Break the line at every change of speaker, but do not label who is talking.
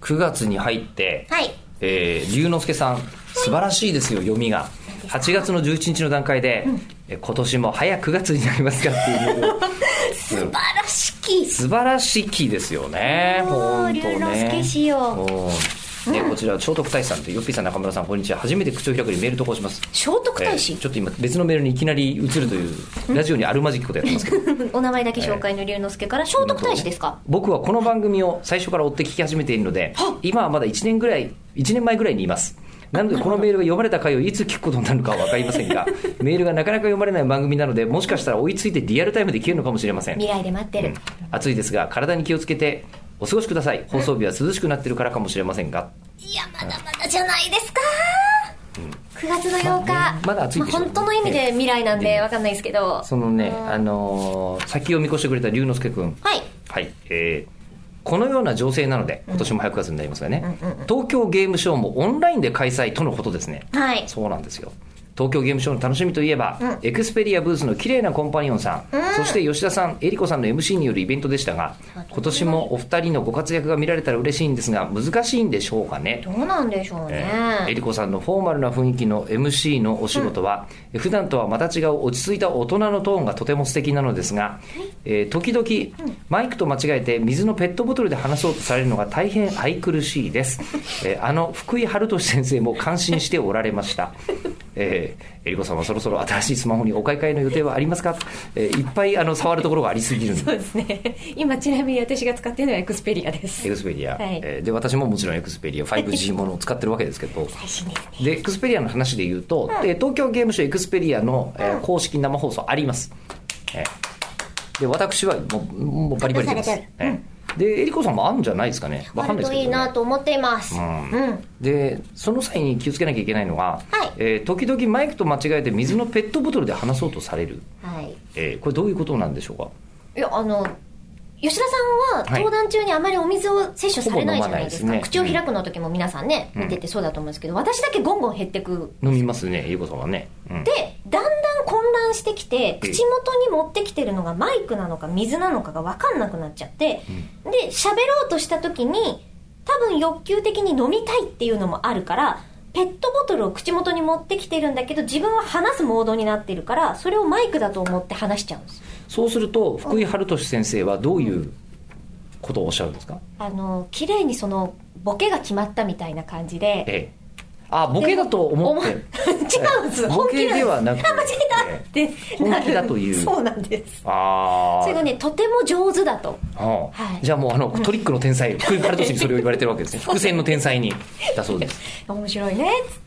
9月に入って、
はい
えー龍之介さん素晴らしいですよ読みが8月の11日の段階で、えー今年も早く9月になりますかっていう
素晴らしき
素晴らしきですよね
お
本
ー
当
龍之介
ね
仕様
おーね、こちら聖徳太子さんとヨッピーさん中村さんこんにちは初めて口を開くにメール投稿します
聖徳太子、
えーちょっと今別のメールにいきなり移るというラジオにあるまじきことやってますけど
お名前だけ紹介の龍之介から聖徳太子ですか、
僕はこの番組を最初から追って聞き始めているので今はまだ1年ぐらい1年前ぐらいにいますなのでこのメールが読まれた回をいつ聞くことになるかは分かりません がメールがなかなか読まれない番組なのでもしかしたら追いついてリアルタイムで消えるのかもしれません
未来で待ってる、
暑いですが体に気をつけてお過ごしください放送日は涼しくなってるからかもしれませんが
いやまだまだじゃないですか、9月の8日、
まあねまだ暑いでしょ
本当の意味で未来なんでわかんないですけど
そのね、あのー先を見越してくれた龍之介君
はい
はい、えーこのような情勢なので、今年も早く月になりますがね、東京ゲームショウもオンラインで開催とのことですね。
はい
そうなんですよ。東京ゲームショウの楽しみといえば、エクスペリアブースの綺麗なコンパニオンさん、そして吉田さん、えりこさんの MC によるイベントでしたが、今年もお二人のご活躍が見られたら嬉しいんですが、難しいんでしょうかね。
どうなんでしょうね、
えりこさんのフォーマルな雰囲気の MC のお仕事は、え普段とはまた違う落ち着いた大人のトーンがとても素敵なのですが、えー時々、マイクと間違えて水のペットボトルで話そうとされるのが大変愛くるしい です、えーあの福井春俊先生も感心しておられました えーえりこさんはそろそろ新しいスマホにお買い替えの予定はありますか、えーいっぱいあの触るところがありすぎるんで
そうですね 今ちなみに私が使っているのはエクスペリアです
エクスペリア、
はい
えーで私ももちろんエクスペリア 5G ものを使ってるわけですけどでエクスペリアの話で言うと、で東京ゲームショウエクスペリアの、えー公式生放送あります、えーで私はもうもうバリバリ出ます、
隠され
えーでえりこさんもあるんじゃないですかねわ
あ
かん
る
ないです
と
けど、
いいなと思っています、
ん
うん
でその際に気をつけなきゃいけないのが、
はい
えー時々マイクと間違えて水のペットボトルで話そうとされる、
はい
えーこれどういうことなんでしょうか
いやあの吉田さんは
はい
登壇中にあまりお水を摂取されないじゃないですか、
ほぼ飲まないです
口
ね
を開くの時も皆さんね、
うん
見ててそうだと思うんですけど私だけゴンゴン減ってく
飲みますねえりこさんはね、うん
でだんだん混乱してきて口元に持ってきてるのがマイクなのか水なのかが分かんなくなっちゃって、で喋ろうとした時に多分欲求的に飲みたいっていうのもあるからペットボトルを口元に持ってきてるんだけど自分は話すモードになってるからそれをマイクだと思って話しちゃうんです
そうすると福井春俊先生はどういうことをおっしゃるんですか、
あの綺麗にそのボケが決まったみたいな感じで
ええ、あボケだと思って
思違うん です
ええボ
本気
ケ
なん
ではなく
あ間違
え
えたってなる
本気だという
そうなんです
えあ
それが
ー
ねとても上手だと
はあ
はい
じゃあもうあのト リックの天才福井春俊にそれを言われてるわけですね伏線の天才にだそうです
面白いねっつっ